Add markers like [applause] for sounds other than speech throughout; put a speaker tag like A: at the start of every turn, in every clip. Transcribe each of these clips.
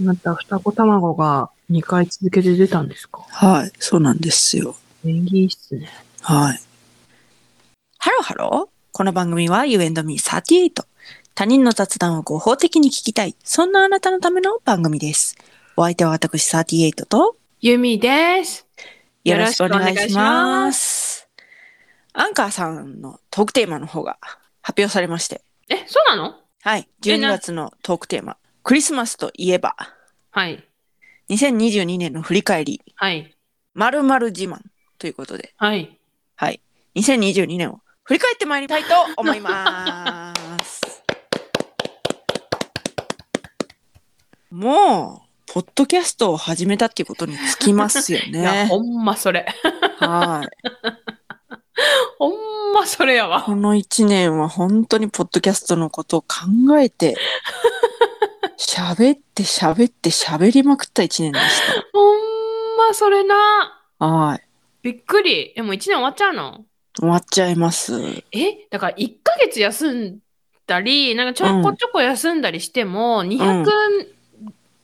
A: また双子卵が2回続けて出たんですか
B: はい、そうなんですよ。
A: 縁起いいっすね。
B: はい。
C: ハローハロー。この番組は You and Me38。他人の雑談を合法的に聞きたい。そんなあなたのための番組です。お相手は私38と
D: ゆみです。
C: よろしくお願いし
D: よろしくお願
C: ま。
D: いします
C: アンカーさんのトークテーマの方が発表されまして。
D: え、そうなの
C: はい。
D: え
C: 12
D: な
C: 月のトークテーマ。クリスマスといえば、
D: はい。
C: 2022年の振り返り、
D: はい。
C: 〇〇自慢ということで、
D: はい。
C: はい。2022年を振り返ってまいりたいと思います。 [laughs] もう、ポッドキャストを始めたっていうことにつきますよ
D: いや、
C: ね。
D: ほんまそれ。 [laughs]
C: はい。
D: ほんまそれやわ。
C: この一年は本当にポッドキャストのことを考え [laughs] て、喋って喋って喋りまくった一年でし
D: ほんまそれな。
C: た。はい。
D: びっくり。でも1年終わっちゃうの
C: 終わっちゃいます。
D: え、だから1ヶ月休んだり、なんかちょこちょこ休んだりしても、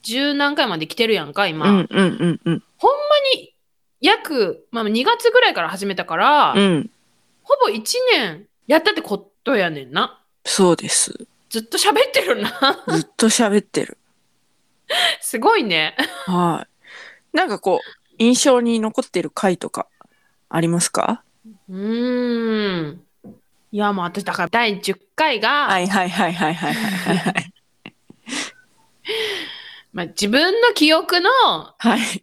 D: 210何回まで来てるやんか、
C: う
D: 今。
C: んうんうんうん。
D: ほんまに約、まあ、2月ぐらいから始めたから、
C: うん。
D: ほぼ1年やったってことやねんな。
C: そうです。
D: ずっと喋ってるな。 [laughs]
C: ずっと喋ってる。
D: すごいね。
C: はい。なんかこう、印象に残ってる回とか、ありますか
D: うーん。いや、もう私、だから第10回が、
C: いはいはいはいはいはいはい。
D: まあ、自分の記憶の、
C: はい。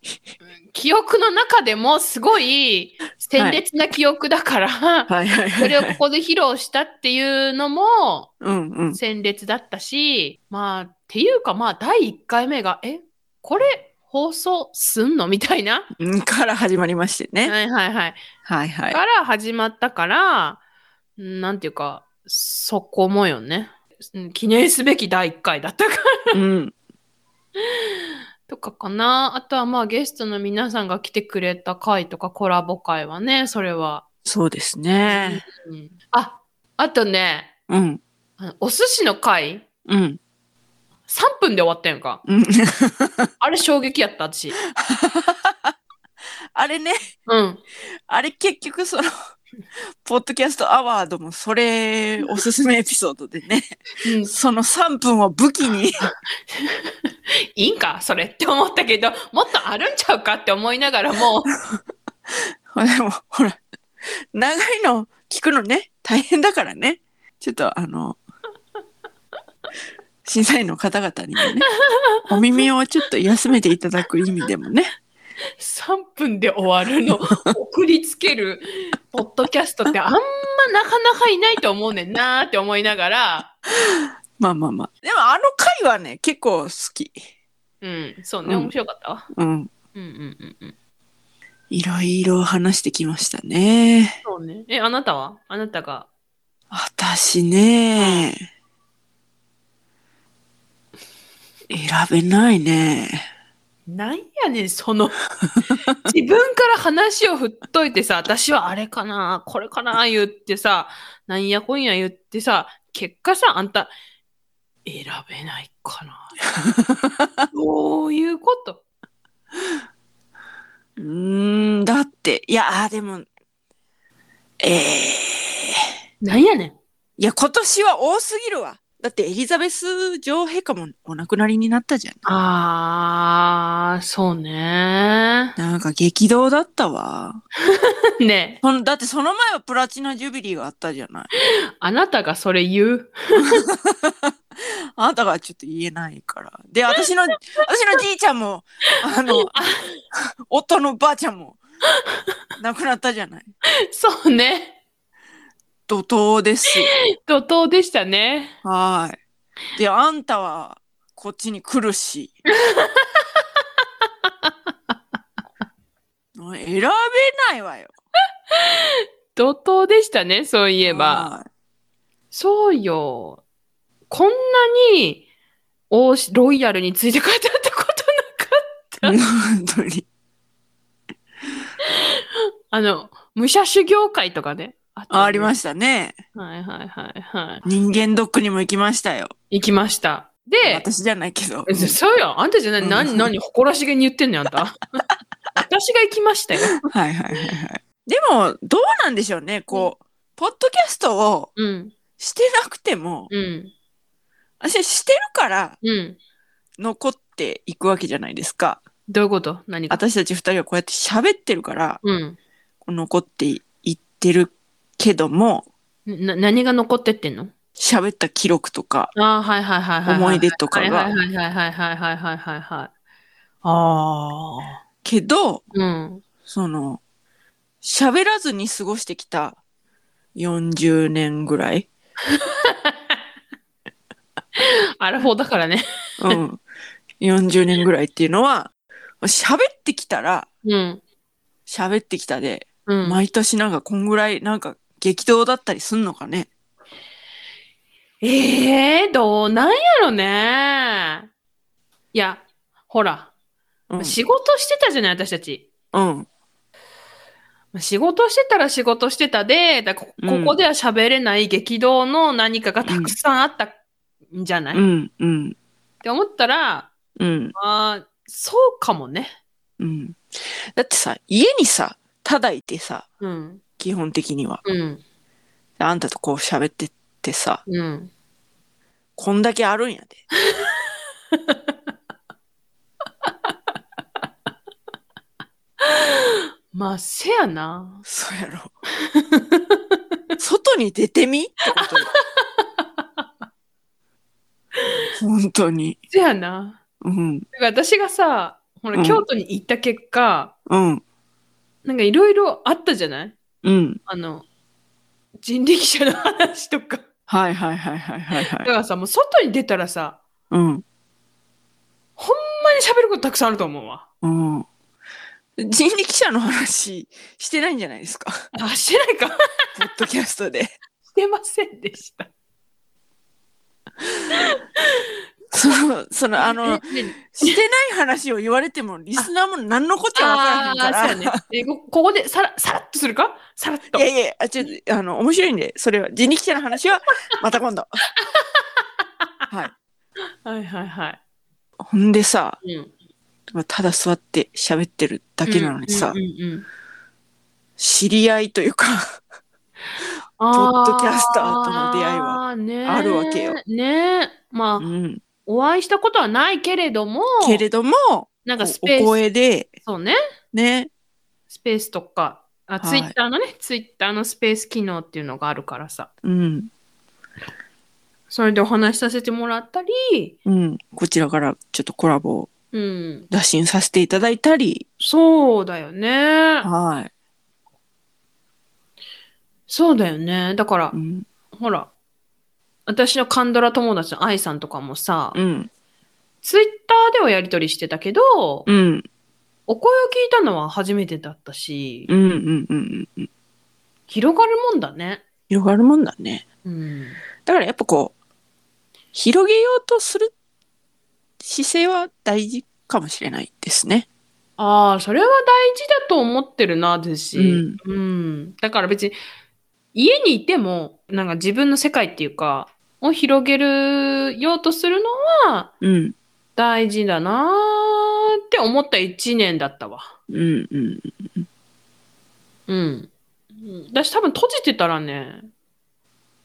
D: 記憶の中でもすごい鮮烈な記憶だから、
C: はいはい
D: それを
C: は
D: こ
C: い。
D: こで披露したっていうのも
C: うんうん。
D: 鮮烈だったし、まあ、っていうか、まあ、第1回目が、え、これ、放送すんのみたいな。
C: うんから始まりましてね。
D: はいはいはい。
C: はいはい。
D: から始まったから、なんていうか、そこもよね。うん記念すべき第1回だったから [laughs]
C: うん。
D: とかかな。あとはまあゲストの皆さんが来てくれた回とかコラボ回はね、それは。
C: そうですね。
D: うん、あ、あとね、
C: うん。
D: あのお寿司の回
C: うん。
D: 3分で終わったやんか。
C: うん [laughs]
D: あれ衝撃やった、私。
C: あれね、
D: うん。
C: あれ結局その、ポッドキャストアワードもそれおすすめエピソードでね、
D: うん、
C: その3分を武器に、
D: いいんかそれって思ったけど、もっとあるんちゃうかって思いながらも、
C: [laughs] でも、ほら、長いの聞くのね、大変だからね。ちょっと、あ [laughs] の、審査員の方々にもね、お耳をちょっと休めていただく意味でもね。
D: 3分で終わる [laughs] の送りつけるポッドキャストってあんまなかなかいないと思うねんなーって思いながら、
C: まあまあまあ。でも、あの回はね、結構好き。
D: うん、そうね、
C: うん
D: 面白かったわ。
C: うん。
D: うんうんうんうん。
C: いろいろ話してきましたね。
D: そうね。え、あなたはあなたが。
C: 私ね、選べないね。
D: なんやねん、その。 [laughs] 自分から話を振っといてさ、私はあれかな、これかな、言ってさ、なんやこんや言ってさ、結果さ、あんた、選べないかな。 [laughs] どういうこと
C: うーん、だって、いや、あー、でも、ええ
D: なんやねん。
C: いや、今年は多すぎるわ。だってエリザベス女王陛下もお亡くなりになったじゃん。
D: あー、そうね。
C: なんか激動だったわ。
D: ね
C: そのだってその前はプラチナジュビリーがあったじゃない。
D: えあなたがそれ言
C: [laughs]
D: う
C: あなたがちょっと言えないから。で、私の、私のじいちゃんも、あの、夫のばあちゃんも、亡くなったじゃない。
D: そうね。
C: 怒涛ですよ。
D: 怒涛でしたね。
C: はーい。で、あんたは、こっちに来るし。 [laughs] 選べないわよ。
D: 怒涛でしたね、そういえば。
C: は
D: そうよ。こんなに、おしロイヤルについて書いてあったことな [laughs] かっ
C: い。本当に。
D: た。あの、武者修行会とかね。あ
C: あありま
D: し
C: したね。
D: たね。はいはいはいは
C: 人間ドックにも行きましたよ。
D: い。行きました。で、
C: 私じゃないけど。
D: えそうよ。あんたじゃない。
C: うん
D: 何、何、誇らしげに言ってんのよ、あん
C: [laughs]
D: た。私が行きましたよ。
C: はいはいはいはい。でも、どうなんでしょうね。こう、ポッドキャストを
D: うん。
C: してなくても、
D: うん。
C: 私してるから
D: うん。
C: 残っていくわけじゃないですか。
D: どういうこと何が。
C: 私たち二人はこうやって喋ってるから、
D: うん。
C: 残っていってるけども、
D: な何が残ってってんの
C: 喋った記録とか、
D: ああ、はいはいはいはいはい。
C: 思い出とかが
D: はいはいはいはいはいはいはいはいはい。ああ。
C: けど、
D: うん。
C: その、喋らずに過ごしてきた40年ぐらい。
D: アラフォーだからね。
C: うん。40年ぐらいっていうのは、喋ってきたら、
D: うん。
C: 喋ってきたで、
D: うん。
C: 毎年なんかこんぐらい、なんか激動だったりすんのかね。
D: ええどうなんやろね。いや、ほら、
C: うん。
D: 仕事してたじゃない、私たち。
C: うん。
D: 仕事してたら仕事してたで、だここ
C: うん
D: こでは喋れない激動の何かがたくさんあったんじゃない、
C: う
D: っ
C: ん。うん。
D: て思ったら、
C: うん。
D: あーそうかもね。
C: うん。だってさ、家にさ、ただいてさ、
D: うん。
C: 基本的には。
D: うん。
C: あんたとこう喋ってってさ、
D: うん。
C: こんだけあるんや
D: [laughs]
C: で。
D: まあ、せやな。
C: そうやろ。外に出てみってこと
D: [laughs]
C: よ。本当に。
D: せやな。
C: うん。
D: だから私がさ、ほら、
C: うん
D: 京都に行った結果、
C: うん。
D: なんかいろいろあったじゃない
C: うん。
D: あの、人力車の話とか。
C: はいはいはいはいはいは
D: だ
C: い。
D: からさ、もう外に出たらさ、
C: うん。
D: ほんまに喋ることたくさんあると思うわ。
C: うん。人力車の話してないんじゃないで
D: [laughs]
C: すか。
D: あ、してないか
C: ポッドキャストで。
D: してませんでした。
C: その、その、あの、
D: え、ね
C: してない話を言われても、リスナーも何のこっちゃわからへ
D: あ
C: んか
D: あー、
C: ら。
D: そうやね。え、こここでさら、さらっとするかさらっと
C: い。やいや、あちょっと、あの、面白いんで、それは、人力車の話は、また今度。はい。
D: はいはいは
C: ほんでさ、
D: い。うん。
C: ただ座って喋ってるだけなのにさ、
D: うんうんうん
C: 知り合いというか、
D: ポ
C: ッドキャスターとの出会いは
D: は
C: あるわけよ
D: ねえ。まあ、
C: うん。
D: お会いしたことはないけれども、
C: けれども、
D: なん
C: お
D: かスペー
C: お
D: ス、
C: 声で、
D: そうね。
C: ね、
D: スペースとか、あ、
C: はい
D: ツイッターのね、ツイッターのスペース機能っていうのがあるからさ、
C: うん、
D: それでお話しさせてもらったり、
C: うん、こちらからちょっとコラボを
D: うん、
C: 打診させていただいたり、
D: そうだよね。
C: は
D: そうだよね。だから
C: い。う、ん、
D: ほら、私のカンドラ友達の愛さんとかもさ、
C: うん、
D: ツイッターではやり取りしてたけど、
C: うん、
D: お声を聞いたのは初めてだったし、
C: うん、うん、うん。うん
D: 広がるもんだね。
C: 広がるもんだね。
D: うん。
C: だからやっぱこう、広げようとする姿勢は大事かもしれないですね。
D: ああ、それは大事だと思ってるな、私。
C: うん
D: うん。だから別に、家にいても、なんか自分の世界っていうか、を広げるようとするのは
C: うん、
D: 大事だなーって思った一年だったわ。
C: うん、うん。
D: うん。うん私多分閉じてたらね、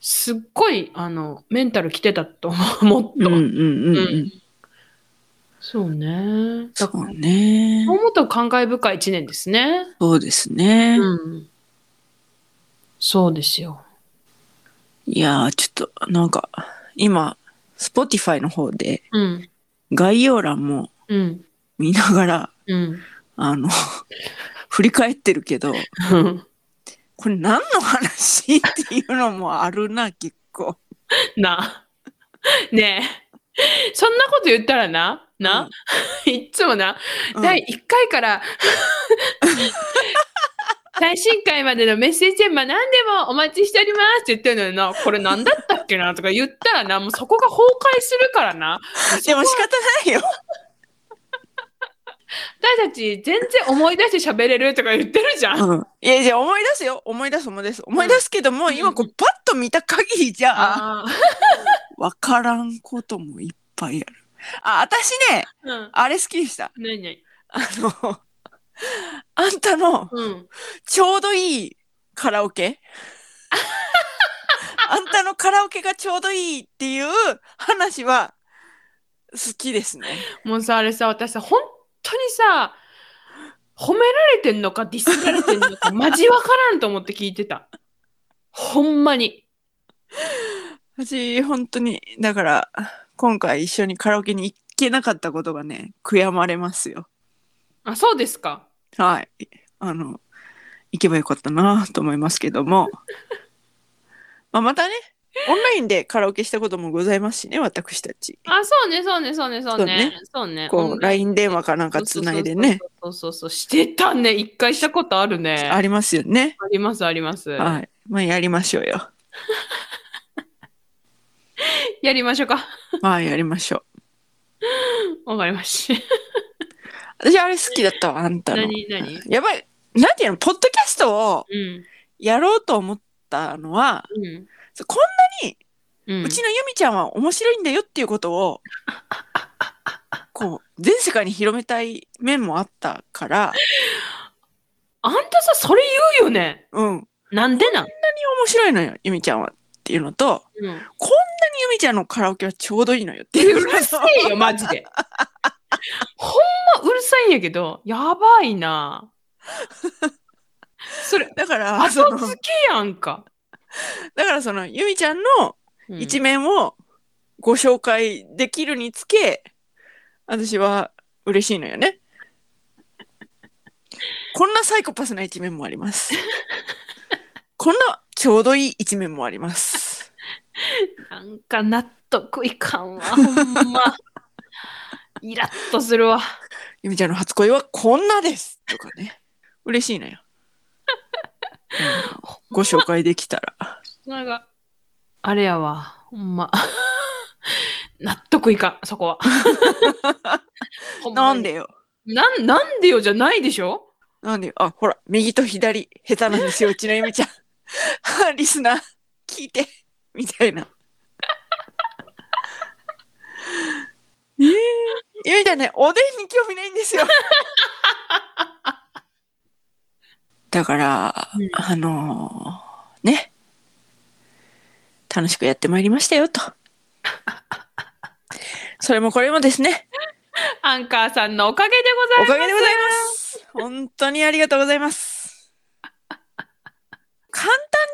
D: すっごい、あの、メンタル来てたと思う、もっ
C: うん、う
D: と。
C: ん、うん、う。
D: うんそうね。
C: そ
D: だから、
C: うね。
D: そう思うと感慨深い一年ですね。
C: そうですね。
D: うん。そうですよ。
C: いやー、ちょっと、なんか、今、Spotify の方で、
D: うん。
C: 概要欄も
D: うん。
C: 見ながら、
D: うん。
C: あの、 [laughs] 振り返ってるけど、これ何の話っていうのもあるな、結構。
D: [laughs] なあ。ねえ。そんなこと言ったらな、な、いっつもな、
C: うん
D: 第1回から [laughs] 最新回までのメッセージテーマ何でもお待ちしておりますって言ってるのにな、これ何だったっけなとか言ったらな、もうそこが崩壊するから [laughs] な。
C: でも仕方ないよ。
D: 私たち全然思い出して喋れるとか言ってるじゃん。
C: うん。いや、じゃあ思い出すよ。思い出す、思い出す。思い出すけども、
D: うん
C: 今、こう、パッと見た限りじゃ、
D: あー
C: わからんこともいっぱいある。あ、私ね、
D: うん。
C: あれ好きでした。
D: なになに
C: あの、 [laughs] あんたの
D: うん。
C: ちょうどいいカラオケ [laughs] あんたのカラオケがちょうどいいっていう話は好きですね。
D: もうさ、あれさ、私さ、本当にさ、褒められてんのか、ディスられてんの
C: [laughs]
D: か、マジわからんと思って聞いてた。ほんまに。
C: 私、本当に、だから、今回一緒にカラオケに行けなかったことがね、悔やまれますよ。
D: あ、そうですか。
C: はい。あの、行けばよかったなと思いますけども。 [laughs] まあ、またね、オンラインでカラオケしたこともございますしね、私たち。
D: あ、そうね、そうね、そうね、そうね。そうね。
C: こう、LINE 電話かなんかつないでね、。
D: そうそうそうそうそうそう、してたね。一回したことあるね。
C: ありますよね。
D: あります、あります。
C: はい。まあ、やりましょうよ。
D: やりましょうか。 [laughs]
C: まあ、やりましょう。
D: わかりました。
C: 私、あれ好きだったわ、あんたの。
D: 何、何
C: やばい。なんていうの、ポッドキャストを
D: うん。
C: やろうと思ったのは、
D: うん。
C: そうこ
D: うん
C: うちのユミちゃんは面白いんだよっていうこと
D: [laughs]
C: を、こう、全世界に広めたい面もあったから、
D: あんたさ、それ言うよね。
C: うん、面
D: なんでなん、
C: 白いのよ、ユミちゃんはっていうのと、
D: うん、う
C: ユミちゃんのカラオケはちょうどいいのよっていうの
D: る
C: と
D: せえよ、マジで。ほんまうるさいんやけど、やばいな。そ
C: [laughs]
D: れ、
C: だから、そ
D: 後
C: の、
D: 付けやんか。
C: だからその、ユミちゃんの
D: うん
C: 一面をご紹介できるにつけ、私は嬉しいのよね。 [laughs] こんなサイコパスな一面もあ
D: [laughs]
C: ります。こんなちょうどいい一面もあります。
D: なんか納得いかんわ、ほんま。イラッとするわ。
C: ゆみちゃんの初恋はこんなですとかね。嬉しい
D: [laughs]
C: のよ。うんご紹介できたら。
D: なんか、あれやわ、ほんま。納得いかん、そこは。ほま
C: な
D: に
C: んでよ。
D: なんなんでよじゃないでしょ
C: なんでよ。あ、ほら、右と左、下手なんですよ、うちのゆみちゃん。 [laughs] はあリスナー、聞いて、みたいな。ええゆみちゃんね、おでんに興味ないんで
D: [laughs]
C: すよ。だから、
D: うん
C: あのーね。楽しくやってまいりました
D: [laughs]
C: よ、と。それもこれもですね、
D: アンカーさんのおかげでご
C: お
D: ざ
C: か
D: います。
C: げでございます。本当にありがとうござい
D: [laughs]
C: ます。簡単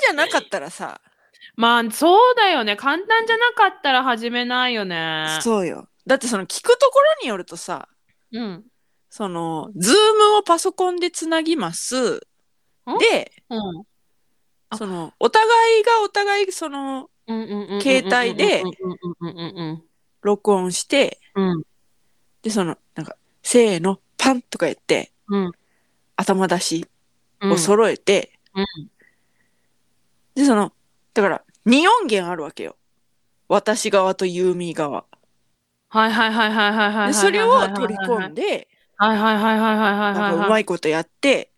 C: じゃなかったらさ、
D: まあ、そうだよね。簡単じゃなかったら始めないよね。
C: そうよ。だってその聞くところによるとさ、
D: うん。
C: その、ズームをパソコンでつなぎます。
D: ん
C: で、
D: うん。あ
C: その、お互いがお互いその、
D: うんうんうんうん。
C: 携帯で
D: うんうんうんうん
C: 録音して、
D: うん。うん。
C: で、その、なんか、せーの、パンとか言って、
D: うん
C: 頭出し
D: うん。
C: を揃えて、
D: うん
C: で、その、だから、2音源あるわけよ。私側とユーミー側。
D: はいはいはいはいはいはいはいはいはいはい。
C: でそれを取り込んで、
D: はいはいはいはいはいはい
C: なんか
D: は
C: う
D: いは
C: ま
D: い。
C: いことやって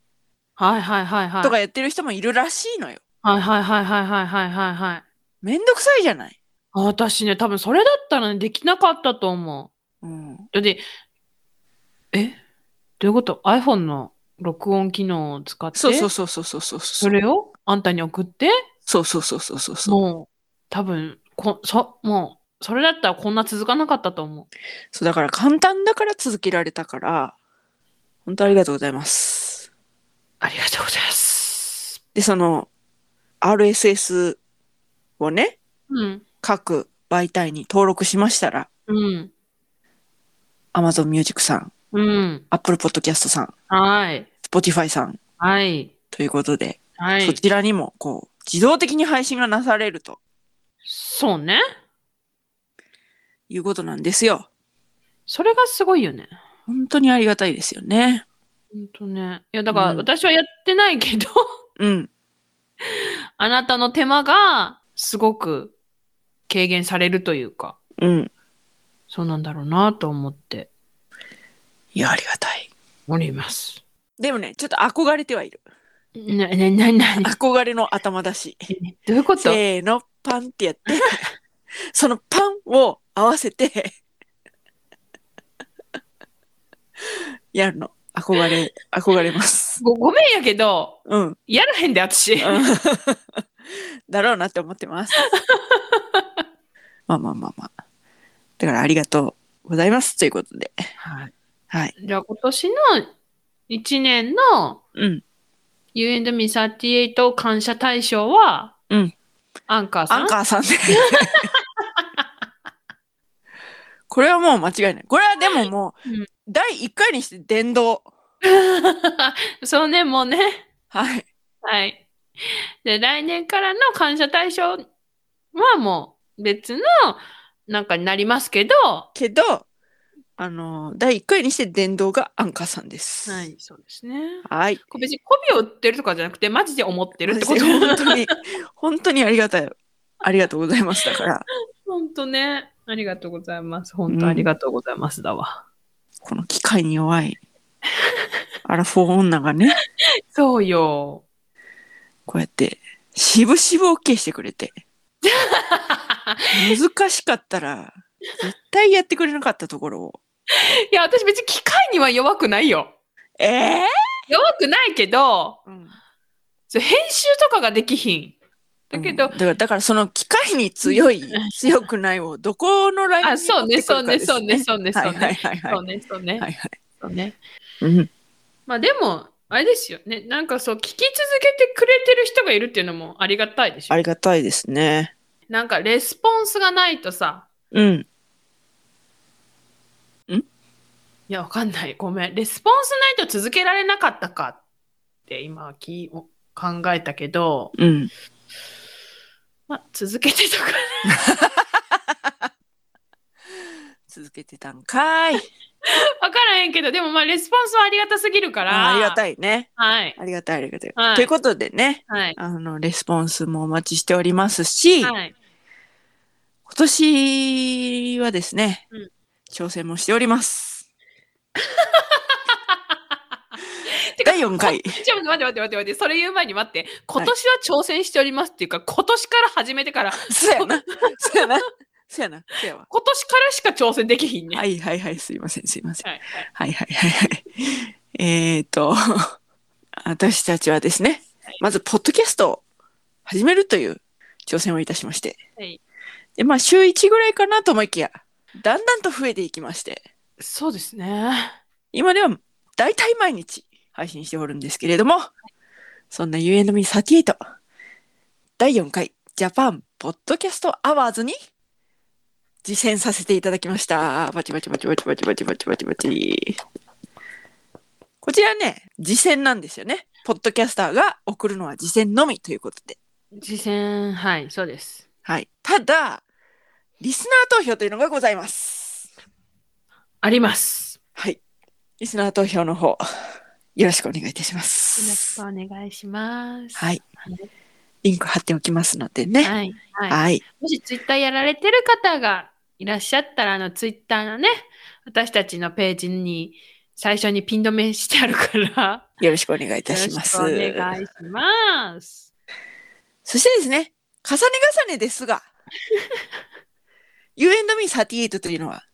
D: はいはいはいはい。
C: とかやってる人もいるらしいのよ。
D: はいはいはいはいはいはいはいはい。
C: めんどくさいじゃない。
D: あ私ね、多分それだったらね、できなかったと思
C: うん、
D: う。だって、えどういうこと ?iPhone の録音機能を使って、
C: そうそうそうそうそうそうそ
D: そうれをあんたに送って、
C: そうそうそうそうそうそう
D: もう、多分こそ、もう、それだったらこんな続かなかったと思う。
C: そうだから簡単だから続けられたから本当ありがとうございます。
D: ありがとうございます。
C: でその RSS をね
D: うん。
C: 各媒体に登録しましたら
D: うん。
C: Amazon Music さん
D: うん。
C: Apple Podcast さん
D: はい。
C: Spotify さん
D: はい。
C: ということで、
D: は
C: そ
D: い。
C: ちらにもこう自動的に配信がなされると
D: そうね。
C: いうことなんですよ。
D: それがすごいよね。
C: 本当にありがたいですよね。
D: ほんとね。いや、だから
C: うん
D: 私はやってないけど、 [laughs]
C: うん。
D: あなたの手間がすごく軽減されるというか、
C: うん。
D: そうなんだろうなと思って
C: いや、ありがたい。
D: おります。
C: でもね、ちょっと憧れてはいる。
D: な、な、な、な、
C: 憧れの頭出し。
D: どういうこと
C: [laughs] せーの、パンってやって、そのパンを合わせて、 [laughs] やるの。憧れ、憧れます。
D: ごごめんやけど、
C: うん。 [laughs]
D: やらへんで、私。
C: だろうなって思って [laughs] ます。まあまあまあまあ。だからありがとうございますということで。
A: はい。
C: はい。
D: じゃあ今年の1年の
C: うん。
D: You and me38 感謝大賞は、
C: うん
D: アンカーさん
C: アンカーさんで。 [laughs] これはもう間違いない。これはでももう、
D: うん
C: 第1回にして殿堂。
D: [laughs] そうね、もうね。
C: はい。
D: はい。で、来年からの感謝対象はもう別のなんかになりますけど、は
C: けど、あの、第1回にして殿堂がアンカーさんです。。
D: い、そうですね。
C: はい。
D: こ別に媚びを売ってるとかじゃなくて、マジで思ってるってこと。
C: 本当に、本当にありがたい。ありがとうございましたから、
D: 本当ね。ありがとうございます。本当ありがとうございますだわ。
C: この機会に弱い、アラフォー女がね、
D: そうよ。
C: こうやって、しぶしぶ OK してくれて、難しかったら、絶対やってくれなかったところを、
D: [laughs] いや、私別に機械には弱くないよ。
C: ええ
D: 弱くないけど、
C: うん
D: そう編集とかができひん。だけど、
C: うんだから、だからその機械に強い、
D: [laughs]
C: 強くないを、どこのライン
D: あ、
C: に
D: そう
C: 持っ
D: ね、
C: てく
D: そう
C: るか
D: ね、
C: です
D: そうね、そうね、そう
C: はいはい
D: ね。
C: はいはい。
D: そうね、そうね
C: は。いはい。
D: そうね。
C: うん。
D: まあでも、あれですよね。なんかそう、聞き続けてくれてる人がいるっていうのもありがたいでし
C: あ
D: ょ。
C: りがたいですね。
D: なんかレスポンスがないとさ、
C: うん。
D: いや、わかんない。ごめん。レスポンスないと続けられなかったかって今き考えたけど、
C: うん。
D: まあ、続けてとか。 [laughs]
C: 続けてたんかい。
D: わからへんけど、でもまあ、レスポンスはありがたすぎるから。
C: あありが
D: い。
C: たいね。
D: はい。
C: ありがたい、ありがたい。
D: はい
C: ということでね、
D: はい。
C: あの、レスポンスもお待ちしておりますし、
D: はい。
C: 今年はですね、
D: うん
C: 挑戦もしてお
D: [laughs]
C: ります。第4回。
D: ちょ、待って待って待って待って、それ言う前に待って、今年は挑戦しておりますっていうか、今年から始めてから、
C: [laughs] そうやな。そうやな。そうやな。そうやわ。
D: 今年からしか挑戦できひんね。。
C: はいいはいはい、すいません、すいません。
D: はい。
C: はいはいはいはい。えーと、 [laughs] 私たちはですね、まず、ポッドキャストを始めるという挑戦をいたしまして、
D: はい
C: で、まあ、週1ぐらいかなと思いきや、だんだんと増えていきまして、
D: そうですね。
C: 今では大体毎日配信しておるんですけれども、そんな u n m 3 8第4回ジャパンポッドキャストアワーズに実践させていただきました。バチバチバチバチバチバチバチバチバチ。こちらね、実践なんですよね。ポッドキャスターが送るのは実践のみということで。
D: 実践、はい、そうです。
C: はい。ただ、リスナー投票というのがございます。
D: あります。
C: はい。リスナー投票の方、よろしくお願いいたします。
D: よろしくお願いします。
C: はい
D: はい。
C: リンク貼っておきますのでね。
D: はい。はい。
C: はい。
D: もしツイッターやられてる方がいらっしゃったら、あのツイッターのね、私たちのページに最初にピン止めしてあるから、
C: よろしくお願いいたします。
D: よろしくお願いします。
C: そしてですね、重ね重ねですが、You and me38 というのは、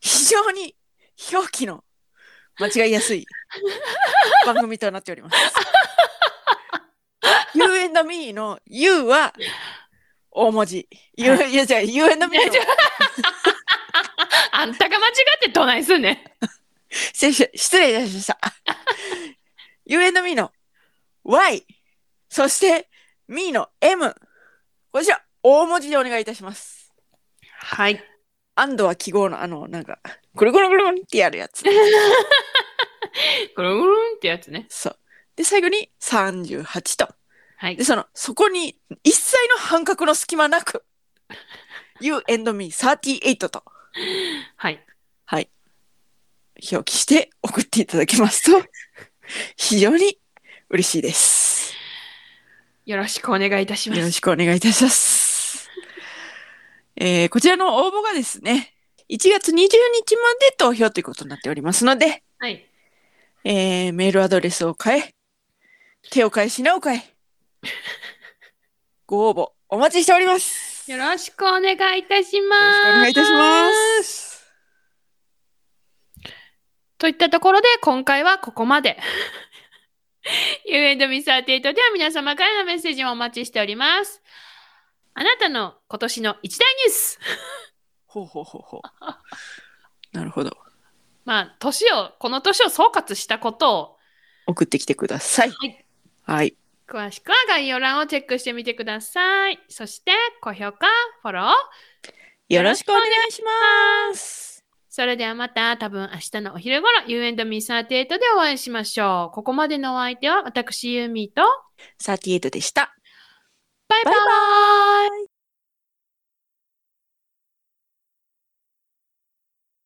C: 非常に表記の間違い
D: [laughs]
C: やすい番組となっております。You and me の U は大文字。You, いや、じゃあ You and me
D: いや
C: の
D: 違うあんたが間違ってどないすんねん。
C: 失礼し失礼いたしました。 [laughs] ゆえのみの Y、そしてみの M、こちら大文字でお願いいたします。
D: はい。
C: アンドは記号のあの、なんか、くるくるくるんってやるやつ。
D: ぐるんぐるんってやつね。
C: そう。で、最後に38と。
D: はい
C: で、。その、そこに一切の半角の隙間なく、You and me38 と
D: はい。
C: 表記して送っていただけますと、非常に嬉しいです。
D: よろしくお願いいたしま
C: よろ
D: す。
C: しくお願いいたします。えーこちらの応募がですね、1月20日まで投票ということになっておりますので、
D: はい。
C: えーメールアドレスを変え、手を変え、品を変え、ご応募お待ちしております。
D: よ
C: よ
D: ろしくお願いいたし
C: ろしくお
D: ます。
C: 願いいたします。
D: といったところで、今回はここまで。U&Me38 では皆様からのメッセージもお待ちしております。あなたの今年の一大ニュース。
C: ほうほうほうほう。
B: なるほど。
D: まあ、年を、この年を総括したことを、
C: 送ってきてください。
D: はい。
C: はい。
D: 詳しくは概要欄をチェックしてみてください。そして、高評価、フォロー。
C: よろしくお願いします。
D: それではまた多分明日のお昼頃 You and me38 でお会いしましょう。ここまでのお相手は私ユーミーと
C: 38でした。
D: バイバ
C: バイバ
D: イ